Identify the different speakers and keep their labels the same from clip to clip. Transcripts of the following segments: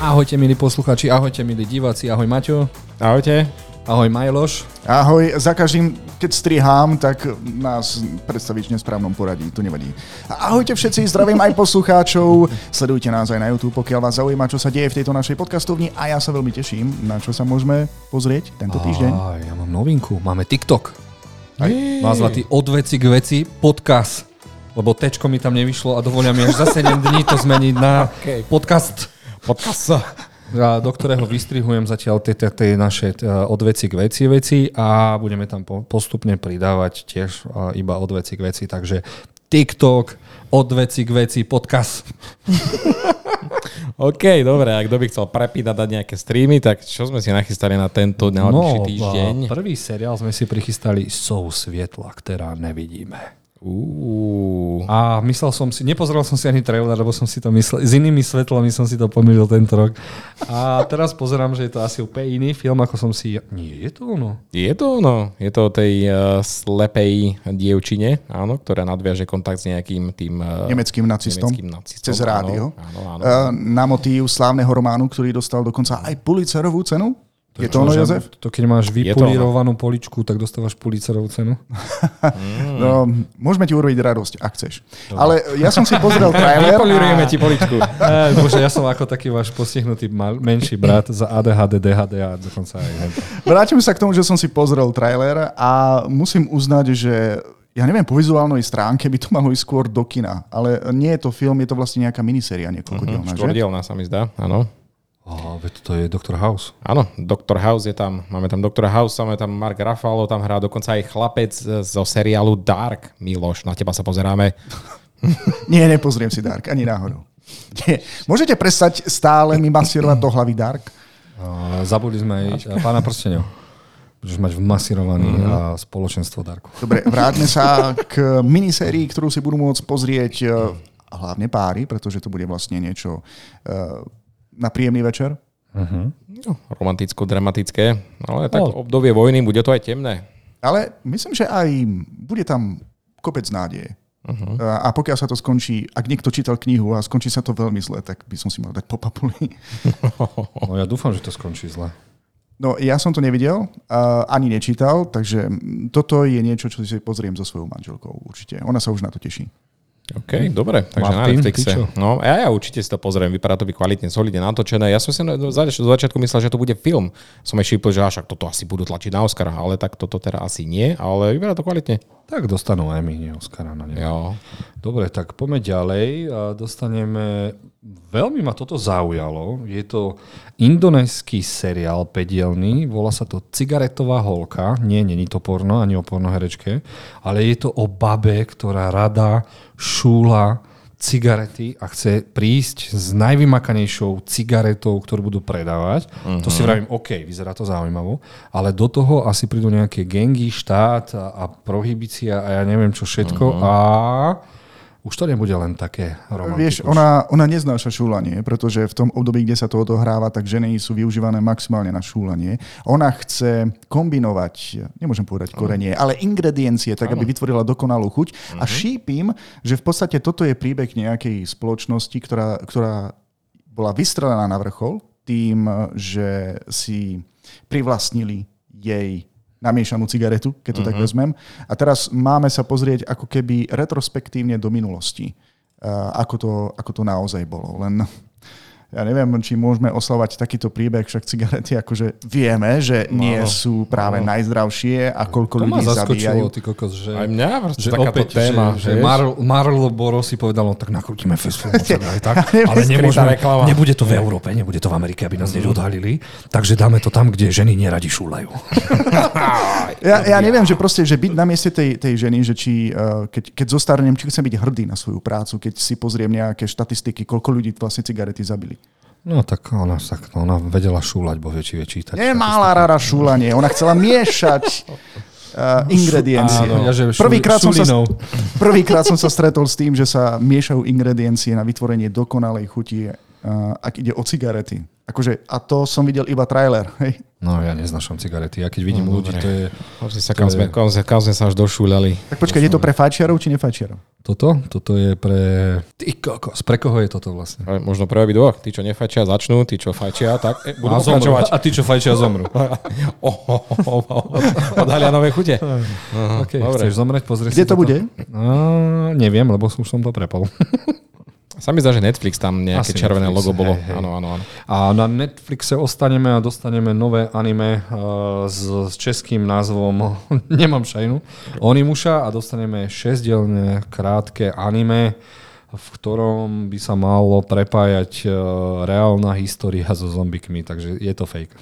Speaker 1: Ahojte milí posluchači, ahojte milí diváci, ahoj Maťo,
Speaker 2: Ahojte.
Speaker 1: ahoj Majloš.
Speaker 3: Ahoj, za každým, keď strihám, tak nás predstavíš v nesprávnom poradí, to nevadí. A Ahojte všetci, zdravím aj poslucháčov, sledujte nás aj na YouTube, pokiaľ vás zaujíma, čo sa deje v tejto našej podcastovni a ja sa veľmi teším, na čo sa môžeme pozrieť tento týždeň.
Speaker 1: Aj, ja mám novinku, máme TikTok. Názva ty od veci k veci podcast, lebo tečko mi tam nevyšlo a dovolia mi až za 7 dní to zmeniť na
Speaker 2: Okej.
Speaker 1: podcast,
Speaker 2: Podcast sa.
Speaker 1: a do ktorého vystrihujem zatiaľ tie, tie, tie naše eh, od veci k veci veci a budeme tam po- postupne pridávať tiež eh, iba od veci k veci, takže TikTok, od veci k veci podcast.
Speaker 2: OK, dobre, a kto by chcel prepiť a dať nejaké streamy, tak čo sme si nachystali na tento najbližší
Speaker 3: No,
Speaker 1: a
Speaker 2: týždeň?
Speaker 1: No, prvý seriál sme si prichystali Sou svietla, ktorá nevidíme.
Speaker 2: Uú.
Speaker 1: A myslel som si, nepozeral som si ani trailer, lebo som si to myslel, s inými svetlami som si to pomýlil tento rok. A teraz pozerám, že je to asi úplne iný film, ako som si... Nie, je to ono.
Speaker 2: Je to ono, je to o tej uh, slepej dievčine, áno, ktorá nadviaže kontakt s nejakým tým uh,
Speaker 3: Nemeckým nacistom,
Speaker 2: nemeckým nacistom,
Speaker 3: cez
Speaker 2: áno,
Speaker 3: rádio.
Speaker 2: áno, áno.
Speaker 3: Eh, Na motív slávneho románu, ktorý dostal dokonca aj Pulitzerovú cenu. Je to ono,
Speaker 1: Že
Speaker 3: Jozef?
Speaker 1: To, keď máš
Speaker 2: Je to
Speaker 1: vypolírovanú poličku, tak dostávaš Pulitzerovú cenu.
Speaker 2: Hmm.
Speaker 3: No, môžeme ti urobiť radosť, ak chceš. Ale ja som si pozrel trailer.
Speaker 2: Polirujeme ti poličku.
Speaker 1: Á, Eh, Bože, ja som ako taký váš postihnutý mal, menší brat za ADHD, DHD a dokonca aj hento.
Speaker 3: Vrátim sa k tomu, že som si pozrel trailer a musím uznať, že ja neviem, po vizuálnej stránke by to malo ísť skôr do kina, ale nie je to film, je to vlastne nejaká miniséria niekoľkodielna, že?
Speaker 2: Štvordielná sa mi zdá, áno.
Speaker 1: Á, veď to je Dr. House.
Speaker 2: Áno, Dr. House je tam, máme tam Dr. House, máme tam Mark Ruffalo, tam hrá dokonca aj chlapec eh, zo seriálu Dark, Miloš, na teba sa pozeráme.
Speaker 3: Nie, nepozriem si Dark, ani náhodou. Nie. Môžete prestať stále mi masírovať do hlavy Dark?
Speaker 1: A Zabudli sme aj a pána prstenov. Budeš mať vmasírovaný a spoločenstvo Darku.
Speaker 3: Dobre, vráťme sa k minisérii, ktorú si budú môcť pozrieť eh, a hlavne páry, pretože to bude vlastne niečo eh, na príjemný večer.
Speaker 2: No, romanticko-dramatické, ale tak
Speaker 1: No.
Speaker 2: obdobie vojny bude to aj temné.
Speaker 3: Ale myslím, že aj bude tam kopec nádeje. Uh-huh. A pokiaľ sa to skončí, ak niekto čítal knihu a skončí sa to veľmi zle, tak by som si mal dať po papuli.
Speaker 1: No ja dúfam, že to skončí zle.
Speaker 3: No ja som to nevidel, a ani nečítal, takže toto je niečo, čo si pozriem so svojou manželkou určite. Ona sa už na to teší.
Speaker 2: OK, dobre, takže na
Speaker 1: Martin,
Speaker 2: Netflixe.
Speaker 1: ty čo?
Speaker 2: No, ja, ja určite si to pozriem, vypadá to by kvalitne, solidne natočené. Ja som si na- do zač- do začiatku myslel, že to bude film. Som aj šípol, že až toto asi budú tlačiť na Oscara, ale tak toto teraz asi nie, ale vypadá to kvalitne.
Speaker 1: Tak dostanú aj my, nie Oscara na ne.
Speaker 2: Jo.
Speaker 1: Dobre, tak poďme ďalej. A dostaneme... Veľmi ma toto zaujalo. Je to indonésky seriál pedielný. Volá sa to Cigaretová holka. Nie, není to porno, ani o pornoherečke. Ale je to o babe, ktorá rada šúla cigarety a chce prísť s najvymakanejšou cigaretou, ktorú budú predávať. To
Speaker 2: Mhm.
Speaker 1: si vravím, OK, vyzerá to zaujímavo, ale do toho asi prídu nejaké gengy, štát a, a prohibícia a ja neviem čo všetko
Speaker 2: Mhm.
Speaker 1: a už to nebude len také
Speaker 3: Vieš,
Speaker 1: romantické.
Speaker 3: ona, ona neznáša šúlanie, pretože v tom období, kde sa to odohráva, tak ženy sú využívané maximálne na šúlanie. Ona chce kombinovať, nemôžem povedať korenie, ale ingrediencie, tak aby vytvorila dokonalú chuť. A šípim, že v podstate toto je príbeh nejakej spoločnosti, ktorá, ktorá bola vystrelená na vrchol tým, že si privlastnili jej namiešanú cigaretu, keď to
Speaker 1: Mhm.
Speaker 3: tak vezmem. A teraz máme sa pozrieť ako keby retrospektívne do minulosti, eh, ako to, ako to naozaj bolo. Len ja neviem, či môžeme oslavať takýto príbeh, však cigarety akože vieme, že nie sú práve najzdravšie a koľko
Speaker 1: No, To ma
Speaker 3: ľudí zabíjajú.
Speaker 1: zaskočilo, ty kokos, že...
Speaker 2: Aj mňa, proste
Speaker 1: Že
Speaker 2: takáto
Speaker 1: opäť,
Speaker 2: téma.
Speaker 1: že, že
Speaker 2: vieš?
Speaker 1: Mar- Marlo Boro si povedal, no tak nakrútime festival, aj tak, ale
Speaker 3: Skrytá
Speaker 1: nemôžeme,
Speaker 2: reklama. Mhm.
Speaker 1: nebude to v Európe, nebude to v Amerike, aby nás neodhalili, takže dáme to tam, kde ženy neradi šúlajú.
Speaker 3: Ja, ja neviem, že proste, že byť na mieste tej, tej ženy, že či, eh, keď, keď zostarnem, či chcem byť hrdý na svoju prácu, keď si pozriem nejaké štatistiky, koľko ľudí vlastne cigarety zabili.
Speaker 1: No tak ona, tak, ona vedela šúlať, bo vie, či vie čítať.
Speaker 3: Nemala rara šúlanie, ona chcela miešať eh, ingrediencie.
Speaker 1: Áno, ja že šuli-
Speaker 3: Prvýkrát som, sa,
Speaker 1: šulinou.
Speaker 3: prvýkrát som sa stretol s tým, že sa miešajú ingrediencie na vytvorenie dokonalej chuti, eh, ak ide o cigarety. Akože, a to som videl iba trailer. Hej.
Speaker 1: No ja neznášam cigarety. Ja keď vidím
Speaker 2: No,
Speaker 1: ľudí,
Speaker 2: dobre.
Speaker 1: to je...
Speaker 2: Pozri sa, kam sme, kam, sme- kam sme sa až došúľali.
Speaker 3: Tak počkaj, je to pre fajčiarov či nefajčiarov?
Speaker 1: Toto? Toto je pre... Ty kokos, pre koho je toto vlastne?
Speaker 2: Ale Možno pre obidvoch. Tí, čo nefajčia, začnú. Tí, čo fajčia, tak e,
Speaker 1: A,
Speaker 2: budú
Speaker 1: zomru.
Speaker 2: pokračovať.
Speaker 1: a ty, čo fajčia, zomru.
Speaker 2: Oh, oh, oh, oh, Odhalia nové chute. Aha,
Speaker 1: Okay, chceš zomrieť, pozrieš
Speaker 3: Kde
Speaker 1: si
Speaker 3: to
Speaker 1: toto?
Speaker 3: bude?
Speaker 1: A, neviem, lebo už som to prepol.
Speaker 2: Sa mi zdá, že Netflix tam nejaké
Speaker 1: Asi
Speaker 2: červené
Speaker 1: Netflix,
Speaker 2: logo
Speaker 1: hej,
Speaker 2: bolo.
Speaker 1: hej.
Speaker 2: Áno, áno, áno.
Speaker 1: A na Netflixe ostaneme a dostaneme nové anime eh, s, s českým názvom Nemám šajnu. Onimuša a dostaneme šesťdielne krátke anime, v ktorom by sa malo prepájať eh, reálna história so zombikmi, takže je to fake.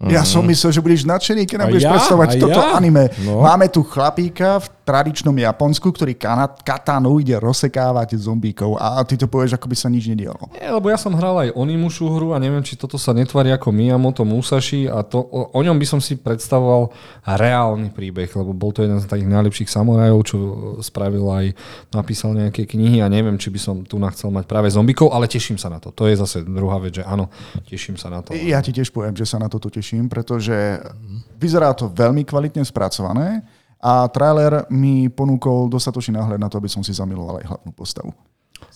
Speaker 3: Ja som myslel, že budeš nadšený, keď nám
Speaker 2: Mhm. A
Speaker 3: budeš
Speaker 2: ja?
Speaker 3: predstavovať
Speaker 2: A
Speaker 3: toto
Speaker 2: ja?
Speaker 3: anime.
Speaker 2: No.
Speaker 3: Máme tu chlapíka v tradičnom Japonsku, ktorý kana- katanou ide rozsekávať zombíkov a ty to povieš, ako by sa nič nedialo.
Speaker 1: Nie, lebo ja som hral aj Onimušu hru a neviem, či toto sa netvári ako Miyamoto Musashi a to, o, o ňom by som si predstavoval reálny príbeh, lebo bol to jeden z takých najlepších samurajov, čo e, spravil aj, napísal nejaké knihy a neviem, či by som tu chcel mať práve zombikov, ale teším sa na to. To je zase druhá vec, že áno, teším sa na to.
Speaker 3: Ja ti tiež poviem, že sa na toto teším, pretože
Speaker 2: Mhm.
Speaker 3: vyzerá to veľmi kvalitne spracované a trailer mi ponúkol dostatočný náhľad na to, aby som si zamiloval aj hlavnú postavu.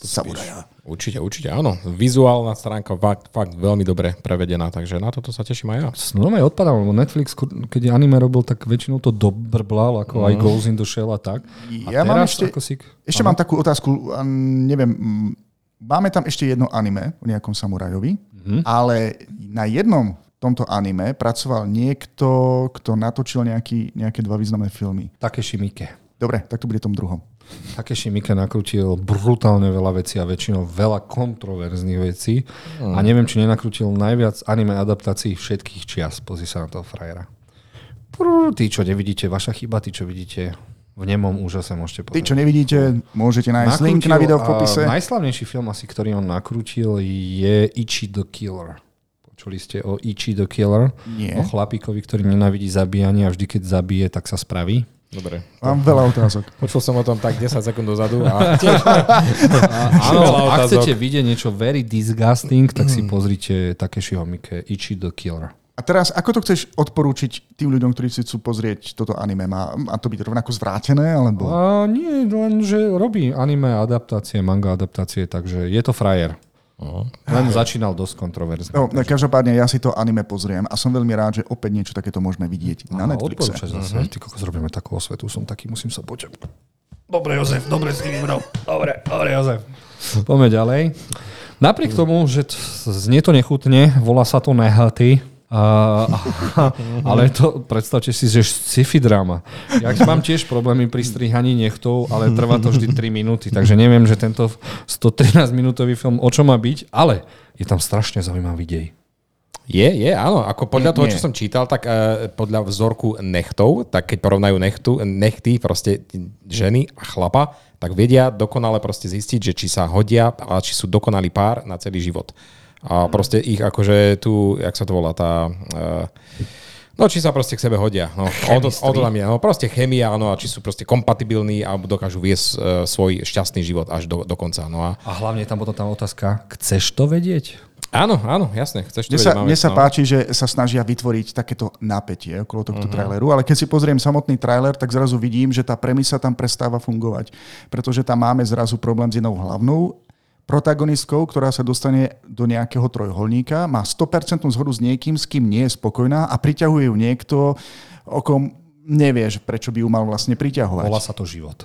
Speaker 3: Samuraja.
Speaker 2: Určite, určite, áno. Vizuálna stránka fakt, fakt veľmi dobre prevedená, takže na toto sa teším aj ja.
Speaker 1: Normálne odpadám, lebo Netflix, kur- keď anime robil, tak väčšinou to dobrblal, ako aj Goes in the Shell a tak. A
Speaker 3: Mhm. Ja mám ešte-
Speaker 1: ako si...
Speaker 3: Ešte mám takú otázku, a neviem, mm, máme tam ešte jedno anime o nejakom samurajovi,
Speaker 1: Mhm.
Speaker 3: ale na jednom tomto anime pracoval niekto, kto natočil nejaký, nejaké dva významné filmy.
Speaker 1: Takeshi Miike.
Speaker 3: Dobre, tak to bude tom druhom.
Speaker 1: Takeshi Mika nakrutil brutálne veľa vecí a väčšinou veľa kontroverzných vecí
Speaker 3: Hm.
Speaker 1: a neviem, či nenakrutil najviac anime adaptácií všetkých čias. Pozri sa na toho frajera. Prú, tí, čo nevidíte, vaša chyba, tí, čo vidíte, v nemom úžase môžete
Speaker 3: Ty,
Speaker 1: pozrieť.
Speaker 3: čo nevidíte, môžete nájsť
Speaker 1: Nakrútil,
Speaker 3: link na video v
Speaker 1: a
Speaker 3: popise.
Speaker 1: Najslavnejší film asi, ktorý on nakrutil, je Ichi the Killer. Počuli ste o Ichi the Killer?
Speaker 3: Nie.
Speaker 1: O chlapíkovi, ktorý nenávidí zabíjanie a vždy, keď zabije, tak sa spraví.
Speaker 2: Dobre.
Speaker 3: Mám veľa otázok.
Speaker 2: Počul som o tom tak 10 sekúnd dozadu a tiež... Áno, veľa
Speaker 1: Áno, ak
Speaker 2: otázok.
Speaker 1: chcete vidieť niečo very disgusting, tak si pozrite Takeshiho Mike, Ichi the Killer.
Speaker 3: A teraz, ako to chceš odporúčiť tým ľuďom, ktorí si chcú pozrieť toto anime? Má, má to byť rovnako zvrátené? Alebo...
Speaker 1: A nie, len že robí anime adaptácie, manga adaptácie, takže je to frajer.
Speaker 2: Aha.
Speaker 1: Len začínal dosť kontroverzne.
Speaker 3: No, no, každopádne, ja si to anime pozriem a som veľmi rád, že opäť niečo takéto môžeme vidieť na
Speaker 1: Áno,
Speaker 3: Netflixe.
Speaker 1: odporúčaš zase. Ty kokos, robíme takú osvetu, som taký, musím sa poťať.
Speaker 4: Dobre, Jozef, dobre si vybral. Dobre, dobre, Jozef.
Speaker 1: Poďme ďalej. Napriek tomu, že t- znie to nechutne, volá sa to nehaty, a, ale to predstavte si, že sci-fi drama. Ja mám tiež problémy pri strihaní nechtov, ale trvá to vždy 3 minúty, takže neviem, že tento 113-minútový film o čo má byť, ale je tam strašne zaujímavý dej.
Speaker 2: Je, je, áno. Ako podľa
Speaker 3: Nie,
Speaker 2: toho,
Speaker 3: nie.
Speaker 2: čo som čítal, tak uh, podľa vzorku nechtov, tak keď porovnajú nechtu, nechty, proste ženy a chlapa, tak vedia dokonale proste zistiť, že či sa hodia a či sú dokonalý pár na celý život.
Speaker 3: Mhm.
Speaker 2: A proste ich akože tu, jak sa to volá, tá... Uh, No, či sa proste k sebe hodia. No, o to- o to tam je. No, proste chemia, no, a či sú proste kompatibilní alebo dokážu viesť uh, svoj šťastný život až do, do konca. No a...
Speaker 1: A hlavne je tam potom tá otázka, chceš to vedieť?
Speaker 2: Áno, áno, jasne. Chceš to
Speaker 3: Mne sa,
Speaker 2: vedieť, máme-
Speaker 3: mne sa
Speaker 2: no.
Speaker 3: páči, že sa snažia vytvoriť takéto napätie okolo tohto traileru, ale keď si pozriem samotný trailer, tak zrazu vidím, že tá premisa tam prestáva fungovať, pretože tam máme zrazu problém s jednou hlavnou protagonistkou, ktorá sa dostane do nejakého trojholníka, má 100% zhodu s niekým, s kým nie je spokojná a priťahuje ju niekto, o kom nevieš, prečo by ju mal vlastne priťahovať.
Speaker 1: Volá sa to život.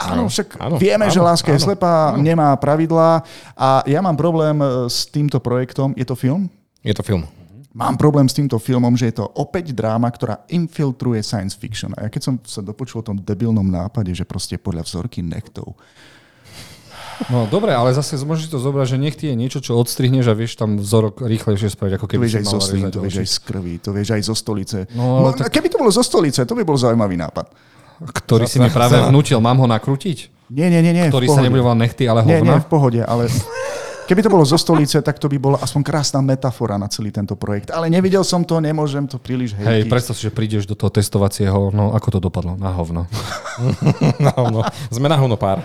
Speaker 3: Áno, však áno,
Speaker 2: áno,
Speaker 3: vieme,
Speaker 2: áno,
Speaker 3: áno, že láska áno, je
Speaker 2: áno,
Speaker 3: slepá, áno. nemá pravidlá a ja mám problém e, s týmto projektom. Je to film?
Speaker 2: Je to film.
Speaker 3: Mám problém s týmto filmom, že je to opäť dráma, ktorá infiltruje science fiction. A ja keď som sa dopočul o tom debilnom nápade, že proste podľa vzorky nektov.
Speaker 1: No dobre, ale zase môžeš to zobrať, že nech ti je niečo, čo odstrihneš a vieš tam vzorok rýchlejšie spraviť, ako
Speaker 3: To
Speaker 1: keby
Speaker 3: vieš
Speaker 1: si
Speaker 3: aj
Speaker 1: mal
Speaker 3: zo slín,
Speaker 1: rezať
Speaker 3: to
Speaker 1: oči.
Speaker 3: vieš aj z krvi, to vieš aj zo stolice.
Speaker 1: No, ale
Speaker 3: No, Keby to bolo zo stolice, to by bol zaujímavý nápad.
Speaker 1: ktorý si mi práve vnútil, mám ho nakrútiť?
Speaker 3: Nie, nie, nie, nie. v
Speaker 1: Ktorý sa
Speaker 3: pohode.
Speaker 1: nebude volať nechty, ale
Speaker 3: Nie, nie,
Speaker 1: hovna?
Speaker 3: v pohode, ale... Keby to bolo zo stolice, tak to by bola aspoň krásna metafora na celý tento projekt. Ale nevidel som to, nemôžem to príliš
Speaker 1: Hej,
Speaker 3: hejtiť.
Speaker 1: predstav si, že prídeš do toho testovacieho, no ako to dopadlo? Na hovno.
Speaker 2: Na hovno. No, Sme na hovno pár.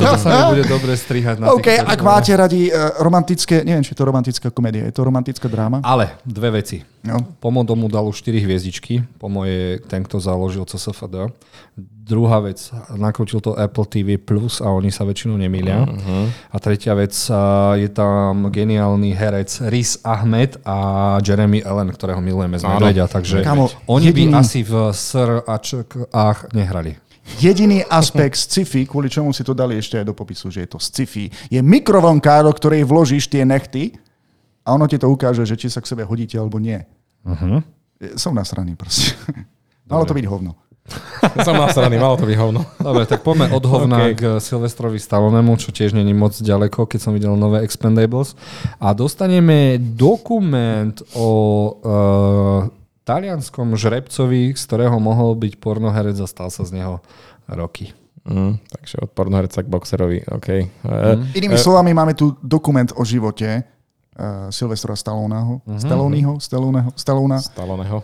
Speaker 1: Toto sa mi bude dobre strihať na
Speaker 3: OK,
Speaker 1: TikToku.
Speaker 3: ak máte radi eh, romantické, neviem, či je to romantická komédia, je to romantická dráma?
Speaker 1: Ale dve veci.
Speaker 3: No.
Speaker 1: Pomodo mu dal už 4 hviezdičky, Pomo je ten, kto založil CSFD. Druhá vec, nakrútil to Apple TV+, Plus a oni sa väčšinou nemýlia. Uh-huh. A tretia vec, a je tam geniálny herec Riz Ahmed a Jeremy Allen, ktorého milujeme z Medvedia, takže
Speaker 3: Kamo,
Speaker 1: oni
Speaker 3: jediný-
Speaker 1: by asi v SR a ČK ách nehrali.
Speaker 3: Jediný aspekt sci-fi, kvôli čomu si to dali ešte aj do popisu, že je to sci-fi, je mikrovlnka, do ktorej vložíš tie nechty a ono ti to ukáže, že či sa k sebe hodíte alebo nie. Uh-huh. Som nasraný proste. Malo to byť hovno.
Speaker 2: Som nasraný, malo to byť hovno.
Speaker 1: Dobre, tak poďme od hovna okay.
Speaker 2: Ok.
Speaker 1: k Silvestrovi Stallonemu, čo tiež není moc ďaleko, keď som videl nové Expendables. A dostaneme dokument o uh, talianskom žrebcovi, z ktorého mohol byť pornoherec a stal sa z neho roky.
Speaker 2: Mm, takže od pornoherca k boxerovi, OK. Mm.
Speaker 3: Inými slovami, máme tu dokument o živote uh, Silvestra Stalloneho. Uh-huh. Stalloneho? Stalloneho? Stallona?
Speaker 2: Staloneho.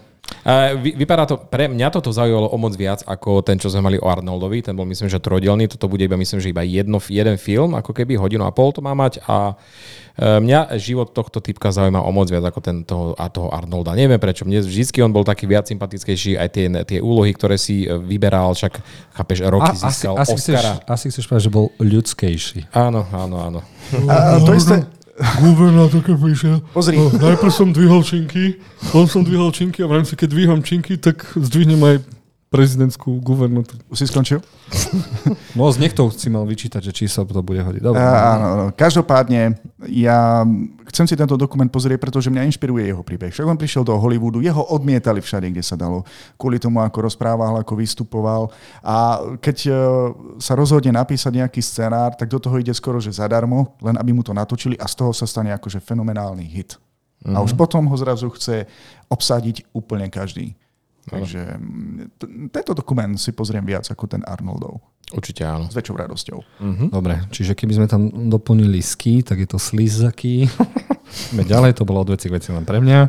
Speaker 2: Vy, vypadá to, pre mňa toto zaujalo o moc viac ako ten, čo sme mali o Arnoldovi. Ten bol myslím, že trojdelný. Toto bude iba myslím, že iba jedno, jeden film, ako keby hodinu a pol to má mať. A e, mňa život tohto typka zaujíma o moc viac ako ten toho, a toho Arnolda. Neviem prečo. Mne vždycky on bol taký viac sympatickejší. Aj tie, tie úlohy, ktoré si e, vyberal, však chápeš, roky a,
Speaker 1: asi,
Speaker 2: získal
Speaker 1: asi, chceš,
Speaker 2: Oscara.
Speaker 1: asi chceš povedať, že bol ľudskejší.
Speaker 2: Áno, áno, áno.
Speaker 3: A to isté...
Speaker 4: Guvernátor, keď prišiel.
Speaker 3: Pozri.
Speaker 4: No, najprv som dvihol činky, potom som dvihol činky a v rámci, keď dvíham činky, tak zdvihnem aj prezidentskú guvernátor.
Speaker 3: Už si skončil?
Speaker 1: No z niekto si mal vyčítať, že či sa to bude hodiť. Dobre.
Speaker 3: Á, Eh, Áno, áno. Každopádne, ja chcem si tento dokument pozrieť, pretože mňa inšpiruje jeho príbeh. Však on prišiel do Hollywoodu, jeho odmietali všade, kde sa dalo, kvôli tomu, ako rozprával, ako vystupoval. A keď eh, sa rozhodne napísať nejaký scenár, tak do toho ide skoro, že zadarmo, len aby mu to natočili a z toho sa stane akože fenomenálny hit. Mm-hmm. A už potom ho zrazu chce obsadiť úplne každý. Takže mm, t- tento dokument si pozriem viac ako ten Arnoldov.
Speaker 2: Určite áno.
Speaker 3: S väčšou radosťou.
Speaker 1: Mhm. Dobre, čiže keby sme tam doplnili ski, tak je to slizaky. Ideme ďalej, to bolo od veci k veci len pre mňa.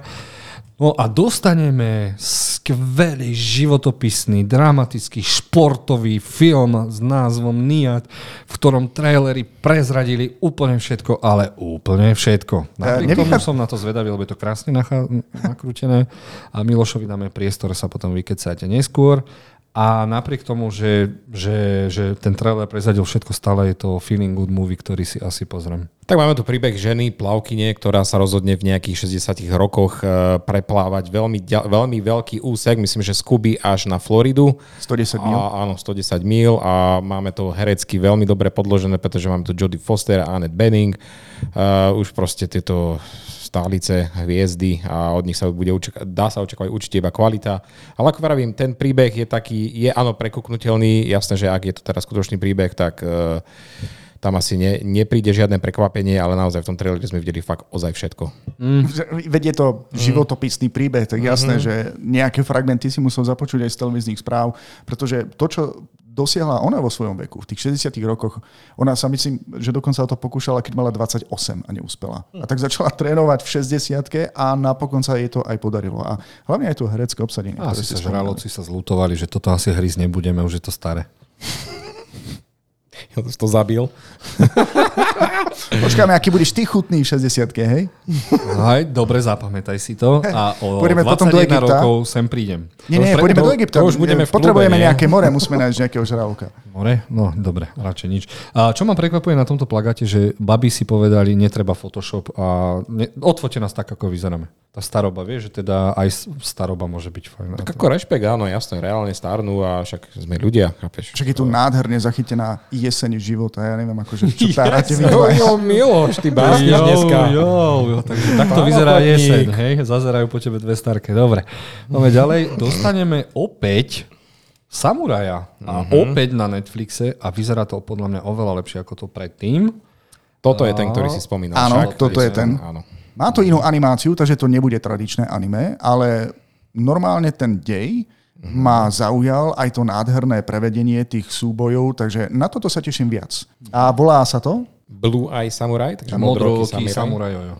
Speaker 1: No a dostaneme skvelý životopisný, dramatický, športový film s názvom Niat, v ktorom trailery prezradili úplne všetko, ale úplne všetko. Napriek tomu
Speaker 3: nevychá-
Speaker 1: som na to zvedavý, lebo je to krásne nachá- nakrútené a Milošovi dáme priestor sa potom vykecať neskôr. A napriek tomu, že, že, že ten trailer prezradil všetko, stále je to feeling good movie, ktorý si asi pozriem.
Speaker 2: Tak máme tu príbeh ženy, plavkyne, ktorá sa rozhodne v nejakých 60 rokoch e, preplávať veľmi, ďa- veľmi veľký úsek, myslím, že z Kuby až na Floridu.
Speaker 3: 110 mil.
Speaker 2: A, áno, 110 mil a máme to herecky veľmi dobre podložené, pretože máme tu Jodie Foster a Annette Bening. Uh, už proste tieto stálice, hviezdy a od nich sa bude učak- dá sa očakávať určite iba kvalita. Ale ako vravím, ten príbeh je taký, je áno, prekuknutelný. Jasné, že ak je to teraz skutočný príbeh, tak uh, tam asi ne, nepríde žiadne prekvapenie, ale naozaj v tom traileri sme videli fakt ozaj všetko.
Speaker 3: Veď je to
Speaker 2: Mm.
Speaker 3: životopisný príbeh, tak
Speaker 2: Mm-hmm.
Speaker 3: jasné, že nejaké fragmenty si musel započuť aj z televíznych správ, pretože to, čo dosiahla ona vo svojom veku, v tých 60 rokoch, ona sa myslím, že dokonca o to pokúšala, keď mala 28 a neúspela. A tak začala trénovať v 60 a napokon sa jej to aj podarilo. A hlavne aj to herecké obsadenie.
Speaker 1: A
Speaker 3: ktoré
Speaker 1: asi
Speaker 3: si
Speaker 1: sa
Speaker 3: spomínal.
Speaker 1: žraloci sa zlutovali, že toto asi hryz nebudeme, už je to staré.
Speaker 2: Ja to zabil.
Speaker 3: Počkáme, aký budeš ty chutný v 60 hej?
Speaker 1: Aj, No dobre, zapamätaj si to a o
Speaker 3: Pôjdeme
Speaker 1: 21
Speaker 3: potom do Egypta.
Speaker 1: rokov sem prídem. No,
Speaker 3: Nie,
Speaker 2: To
Speaker 3: nie,
Speaker 2: už pre-
Speaker 3: pôjdeme
Speaker 2: to-
Speaker 3: do Egypta.
Speaker 2: to už budeme v klube,
Speaker 3: Potrebujeme
Speaker 2: nie?
Speaker 3: nejaké more, musíme nájsť nejakého žraloka.
Speaker 1: More? No, dobre, radšej nič. A čo ma prekvapuje na tomto plagáte, že baby si povedali, netreba Photoshop a ne, odfote nás tak, ako vyzeráme. Tá staroba, vieš, že teda aj s- staroba môže byť fajn.
Speaker 2: Tak ako rešpekt, áno, jasné, reálne starnú a však sme ľudia, chápeš?
Speaker 3: Však je tu nádherne zachytená jeseň života. Ja neviem, akože, čo táráte vy dva.
Speaker 2: Jo, Miloš, ty básniš dneska.
Speaker 1: Jo, jo, takže takto
Speaker 2: Pán
Speaker 1: vyzerá
Speaker 2: ochotník.
Speaker 1: jeseň, hej? Zazerajú po tebe dve starke, dobre. Poďme ďalej, dostaneme opäť Samuraja a opäť na Netflixe a vyzerá to podľa mňa oveľa lepšie ako to predtým.
Speaker 2: Toto je ten, ktorý si spomínal.
Speaker 3: Áno,
Speaker 2: však.
Speaker 3: toto je ten.
Speaker 2: Áno.
Speaker 3: Má to inú animáciu, takže to nebude tradičné anime, ale normálne ten dej
Speaker 2: Mhm.
Speaker 3: ma zaujal aj to nádherné prevedenie tých súbojov, takže na toto sa teším viac. A volá sa to?
Speaker 2: Blue Eye Samurai, takže
Speaker 1: Modrooký
Speaker 2: modrooký samuraj.
Speaker 1: samuraj. jojo.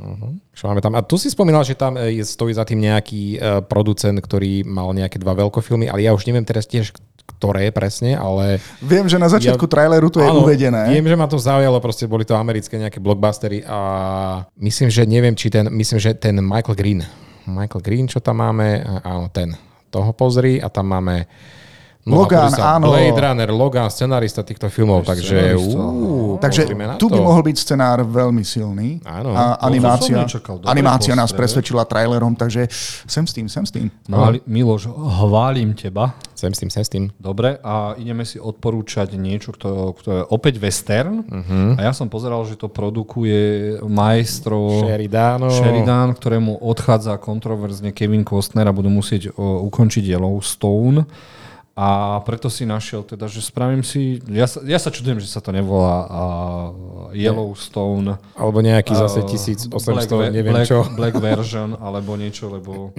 Speaker 2: Čo máme tam. A tu si spomínal, že tam e, je, stojí za tým nejaký e, producent, ktorý mal nejaké dva veľkofilmy, ale ja už neviem teraz tiež, ktoré presne, ale...
Speaker 3: Viem, že na začiatku
Speaker 2: Ja-
Speaker 3: traileru to je
Speaker 2: Áno,
Speaker 3: uvedené.
Speaker 2: Viem, že ma to zaujalo, proste boli to americké nejaké blockbustery a myslím, že neviem, či ten, myslím, že ten Michael Green, Michael Green, čo tam máme, a- áno, ten, toho pozri a tam máme a
Speaker 3: Logan,
Speaker 2: plus
Speaker 3: áno.
Speaker 2: Blade Runner, Logan, scenarista týchto filmov, takže...
Speaker 1: scenarista,
Speaker 2: Ú,
Speaker 3: Takže
Speaker 2: pozrime na
Speaker 3: tu by
Speaker 2: to.
Speaker 3: mohol byť scenár veľmi silný.
Speaker 2: Áno. No,
Speaker 3: A
Speaker 1: To
Speaker 3: animácia,
Speaker 1: som nečakal. Dobre
Speaker 3: animácia nás
Speaker 1: postreh.
Speaker 3: presvedčila trailerom, takže sem s tým, sem s tým.
Speaker 1: No, ale Miloš, hválim teba.
Speaker 2: Sem s tým, sem s tým.
Speaker 1: Dobre, a ideme si odporúčať niečo, kto, kto je opäť western. Uh-huh. A ja som pozeral, že to produkuje maestro
Speaker 2: Sheridano.
Speaker 1: Sheridan, ktorému odchádza kontroverzne Kevin Costner a budú musieť o, ukončiť Yellowstone. A preto si našiel teda, že spravím si... Ja sa, ja sa čudujem, že sa to nevolá a, Yellowstone.
Speaker 2: Alebo nejaký zase
Speaker 1: a,
Speaker 2: 1800,
Speaker 1: ve-
Speaker 2: neviem
Speaker 1: Black,
Speaker 2: čo. Hmm.
Speaker 1: Black version alebo niečo, lebo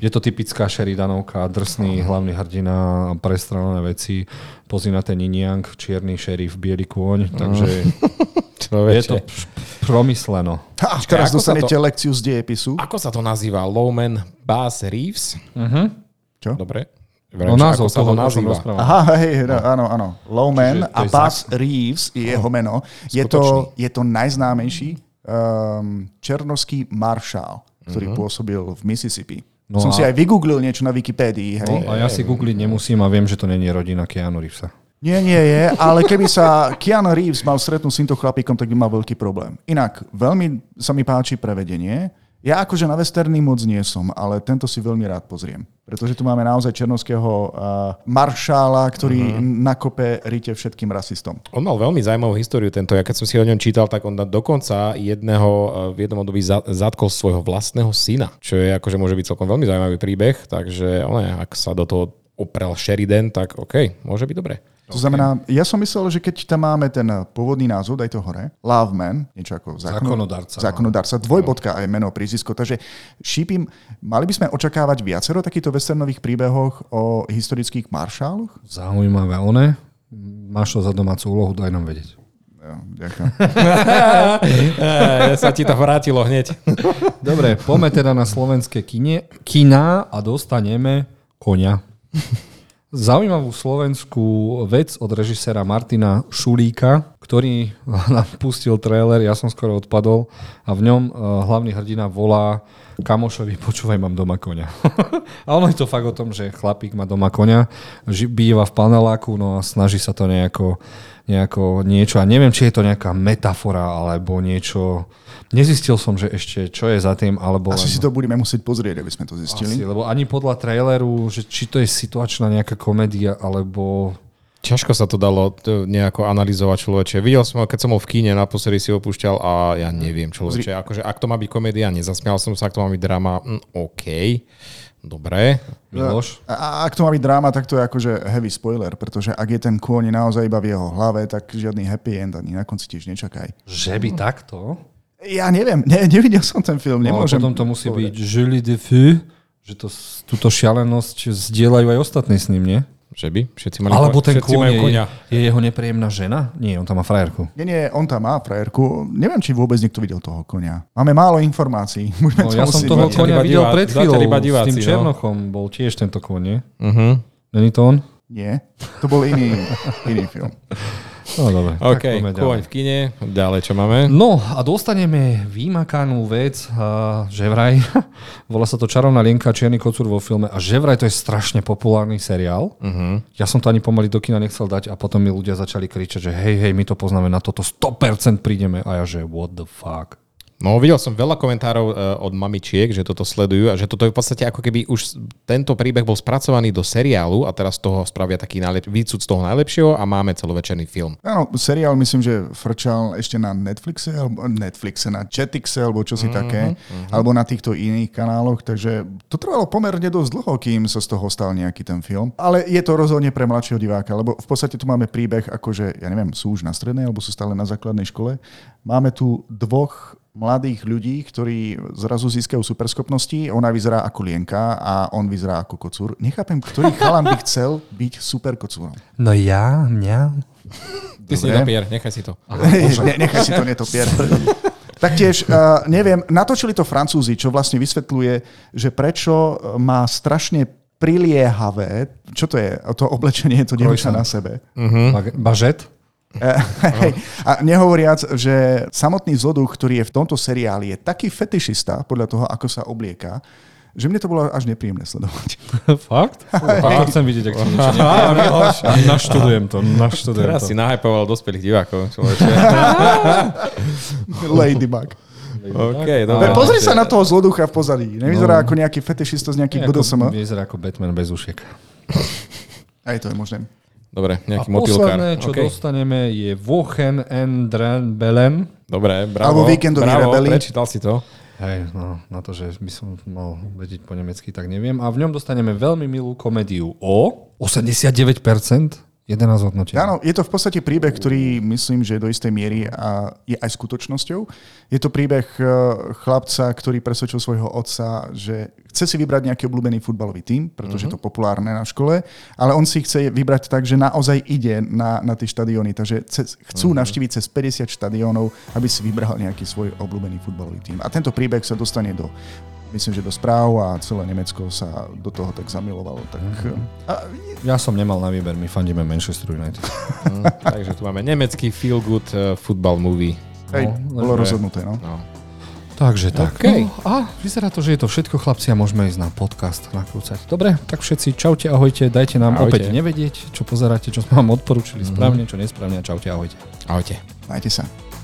Speaker 1: je to typická Sheridanovka, drsný hlavný hrdina, prestrelené veci, pozina ten Niniang, čierny šerif, biely kôň, takže je
Speaker 2: Človeče.
Speaker 1: to p- promysleno.
Speaker 3: Ha,
Speaker 2: Počkaj,
Speaker 3: teraz
Speaker 2: ako sa
Speaker 3: dostanete lekciu z dejepisu.
Speaker 2: Ako sa to nazýva? Lowman Bass Reeves?
Speaker 3: Čo?
Speaker 2: Dobre.
Speaker 1: Mhm. No
Speaker 2: Vrem,
Speaker 1: názov
Speaker 2: ako sa
Speaker 1: toho, o
Speaker 2: to
Speaker 1: čom
Speaker 2: nazýva.
Speaker 1: rozprával.
Speaker 3: Aha, hej, no, áno, áno.
Speaker 1: Čiže to
Speaker 3: Lowman a
Speaker 1: je No.
Speaker 3: Buzz Reeves je jeho meno. Je to, je to najznámejší um, černoský maršál, ktorý pôsobil v Mississippi.
Speaker 1: Mhm. No
Speaker 3: Som
Speaker 1: a-
Speaker 3: si aj vygooglil niečo na Wikipédii. Hej.
Speaker 1: No, a ja si googliť nemusím a viem, že to není rodina Keanu Reevesa.
Speaker 3: Nie, nie je, ale keby sa Keanu Reeves mal stretnúť s týmto chlapíkom, tak by mal veľký problém. Inak, veľmi sa mi páči prevedenie. Ja akože na westerny moc nie som, ale tento si veľmi rád pozriem. Pretože tu máme naozaj černovského uh, maršála, ktorý
Speaker 1: Mhm.
Speaker 3: mm-hmm. nakope rite všetkým rasistom.
Speaker 2: On mal veľmi zaujímavú históriu tento. Ja keď som si o ňom čítal, tak on dokonca jedného eh, v jednom období za- zatkol svojho vlastného syna, čo je akože môže byť celkom veľmi zaujímavý príbeh, takže one, ak sa do toho oprel Sheridan, tak OK, môže byť dobre.
Speaker 3: To znamená, ja som myslel, že keď tam máme ten pôvodný názov, daj to hore, Love Man, niečo ako zákon,
Speaker 1: Zákonodarca, no.
Speaker 3: zákonodarca, dvojbodka aj meno, prízisko, takže šípim, mali by sme očakávať viacero takýchto westernových príbehoch o historických maršáloch?
Speaker 1: Zaujímavé, one? Máš to za domácu úlohu, daj nám vedieť.
Speaker 3: Jo, ďakujem.
Speaker 2: Eh, sa ti to vrátilo hneď.
Speaker 1: Dobre, poďme teda na slovenské kine, kina a dostaneme konia. Zaujímavú slovenskú vec od režiséra Martina Šulíka, ktorý nám pustil trailer, ja som skoro odpadol a v ňom eh, hlavný hrdina volá kamošovi, počúvaj, mám doma konia. a ono je to fakt o tom, že chlapík má doma konia, ži- býva v paneláku, no a snaží sa to nejako, nejako niečo. A neviem, či je to nejaká metafora alebo niečo. Nezistil som, že ešte čo je za tým, alebo...
Speaker 3: Asi
Speaker 1: len-
Speaker 3: si to budeme musieť pozrieť, aby sme to zistili.
Speaker 1: asi, lebo ani podľa traileru, že či to je situačná nejaká komédia, alebo...
Speaker 2: Ťažko sa to dalo t- nejako analyzovať človeče. Videl som ho, keď som ho v kíne naposledy si opúšťal a ja neviem človeče. Akože, ak to má byť komédia, nezasmial som sa, ak to má byť drama, mm, OK, dobre.
Speaker 1: Miloš?
Speaker 3: A a ak to má byť dráma, tak to je akože heavy spoiler, pretože ak je ten kôň naozaj iba v jeho hlave, tak žiadny happy end ani na konci tiež nečakaj.
Speaker 1: Že by takto?
Speaker 3: Ja neviem, ne, nevidel som ten
Speaker 1: No,
Speaker 3: film,
Speaker 1: ale
Speaker 3: nemôžem.
Speaker 1: potom to musí byť Julie Defu, že to, túto šialenosť zdieľajú aj ostatní s ním, nie?
Speaker 2: Že by? Všetci mali
Speaker 1: Alebo ten
Speaker 2: všetci majú
Speaker 1: kôň je,
Speaker 2: konia.
Speaker 1: je jeho nepríjemná žena? Nie, on tam má frajerku.
Speaker 3: Nie, nie, on tam má frajerku. Neviem, či vôbec niekto videl toho konia. Máme málo informácií.
Speaker 1: No,
Speaker 3: Budeme to
Speaker 1: ja som
Speaker 3: musieť
Speaker 1: toho
Speaker 3: vedieť.
Speaker 1: konia
Speaker 2: iba
Speaker 1: videl
Speaker 2: divá-
Speaker 1: pred
Speaker 2: zatiaľ
Speaker 1: chvíľou.
Speaker 2: iba
Speaker 1: s
Speaker 2: diváci,
Speaker 1: tým
Speaker 2: no.
Speaker 1: Černochom bol tiež tento kôň, nie?
Speaker 2: Uh-huh.
Speaker 1: Není to on?
Speaker 3: Nie, to bol iný, iný film.
Speaker 1: No, dobre. tak
Speaker 2: OK,
Speaker 1: poďme ďalej.
Speaker 2: kôň v kine. Ďalej, čo máme?
Speaker 1: No a dostaneme vymakanú vec, a že vraj, volá sa to Čarovná lienka, Čierny kocúr vo filme a že vraj to je strašne populárny seriál. Uh-huh.
Speaker 2: Mhm.
Speaker 1: Ja som to ani pomaly do kina nechcel dať a potom mi ľudia začali kričať, že hej, hej, my to poznáme, na toto 100% prídeme a ja že what the fuck.
Speaker 2: No, videl som veľa komentárov eh, od mamičiek, že toto sledujú a že toto je v podstate ako keby už s- tento príbeh bol spracovaný do seriálu a teraz z toho spravia taký najlep- výcud z toho najlepšieho a máme celovečerný film.
Speaker 3: Áno, No, seriál myslím, že frčal ešte na Netflixe, alebo Netflixe, na Chetixe, alebo čo si mm-hmm, také, alebo na týchto iných kanáloch, takže to trvalo pomerne dosť dlho, kým sa z toho stal nejaký ten film. Ale je to rozhodne pre mladšieho diváka, lebo v podstate tu máme príbeh, akože, ja neviem, sú už na strednej, alebo sú stále na základnej škole. Máme tu dvoch mladých ľudí, ktorí zrazu získajú superschopnosti, ona vyzerá ako Lienka a on vyzerá ako kocúr. Nechápem, ktorý chalan by chcel byť superkocúrom.
Speaker 1: No ja, mňa.
Speaker 2: Ty si
Speaker 3: Dobre.
Speaker 2: nedopier, nechaj si to.
Speaker 3: Ne, nechaj si to netopier. Taktiež, uh, neviem, natočili to Francúzi, čo vlastne vysvetľuje, že prečo eh, má strašne priliehavé, čo to je, to oblečenie, to dievča na sebe.
Speaker 2: Mhm.
Speaker 3: Eh,
Speaker 1: Mm-hmm. Bažet?
Speaker 3: Hej. A nehovoriac, že samotný zloduch, ktorý je v tomto seriáli, je taký fetišista podľa toho, ako sa oblieka, že mne to bolo až nepríjemné sledovať.
Speaker 1: Fakt? Ja to chcem vidieť, ak to niečo nie- Naštudujem to, naštudujem
Speaker 2: Teraz
Speaker 1: to.
Speaker 2: si nahypoval dospelých divákov. Človeče.
Speaker 3: Ladybug.
Speaker 2: OK,
Speaker 3: Ale
Speaker 2: dobre.
Speaker 3: pozri sa na toho zloducha v pozadí. Nevyzerá ako nejaký fetišista z nejakých
Speaker 1: Ako-
Speaker 3: BDSM.
Speaker 1: Vyzerá ako Batman bez ušiek.
Speaker 3: Aj to je možné.
Speaker 2: Dobre, nejaký motýlkár.
Speaker 1: posledné, čo
Speaker 2: OK.
Speaker 1: dostaneme, je Wochen and Belen.
Speaker 2: Dobre, bravo.
Speaker 3: Alebo víkendoví
Speaker 2: bravo,
Speaker 3: rebeli.
Speaker 2: Prečítal si to.
Speaker 1: Hej, no, na to, že by som mal vedieť po nemecky, tak neviem. A v ňom dostaneme veľmi milú komédiu o 89%, 11 hodnotí.
Speaker 3: Áno, je to v podstate príbeh, ktorý myslím, že do istej miery a je aj skutočnosťou. Je to príbeh eh, chlapca, ktorý presvedčil svojho otca, že chce si vybrať nejaký obľúbený futbalový tím, pretože je to populárne na škole, ale on si chce vybrať tak, že naozaj ide na, na tie štadióny. Takže cez, chcú navštíviť cez 50 štadiónov, aby si vybral nejaký svoj obľúbený futbalový tím. A tento príbeh sa dostane do myslím, že do správ a celé Nemecko sa do toho tak zamilovalo. Tak, eh, a
Speaker 1: Ja som nemal na výber, my fandíme Manchester United.
Speaker 2: Hm, takže tu máme nemecký feel good eh, football movie.
Speaker 3: hej, bolo
Speaker 2: lenže-
Speaker 3: rozhodnuté. No.
Speaker 2: No.
Speaker 1: Takže tak.
Speaker 2: OK.
Speaker 1: No, a vyzerá to, že je to všetko, chlapci, a môžeme ísť na podcast nakrúcať. Dobre, tak všetci čaute, ahojte, dajte nám
Speaker 2: Ahojte.
Speaker 1: ahojte. Mhm. opäť nevedieť, čo pozeráte, čo sme vám odporúčili správne, čo nesprávne a čaute, ahojte.
Speaker 2: Ahojte.
Speaker 3: Majte sa.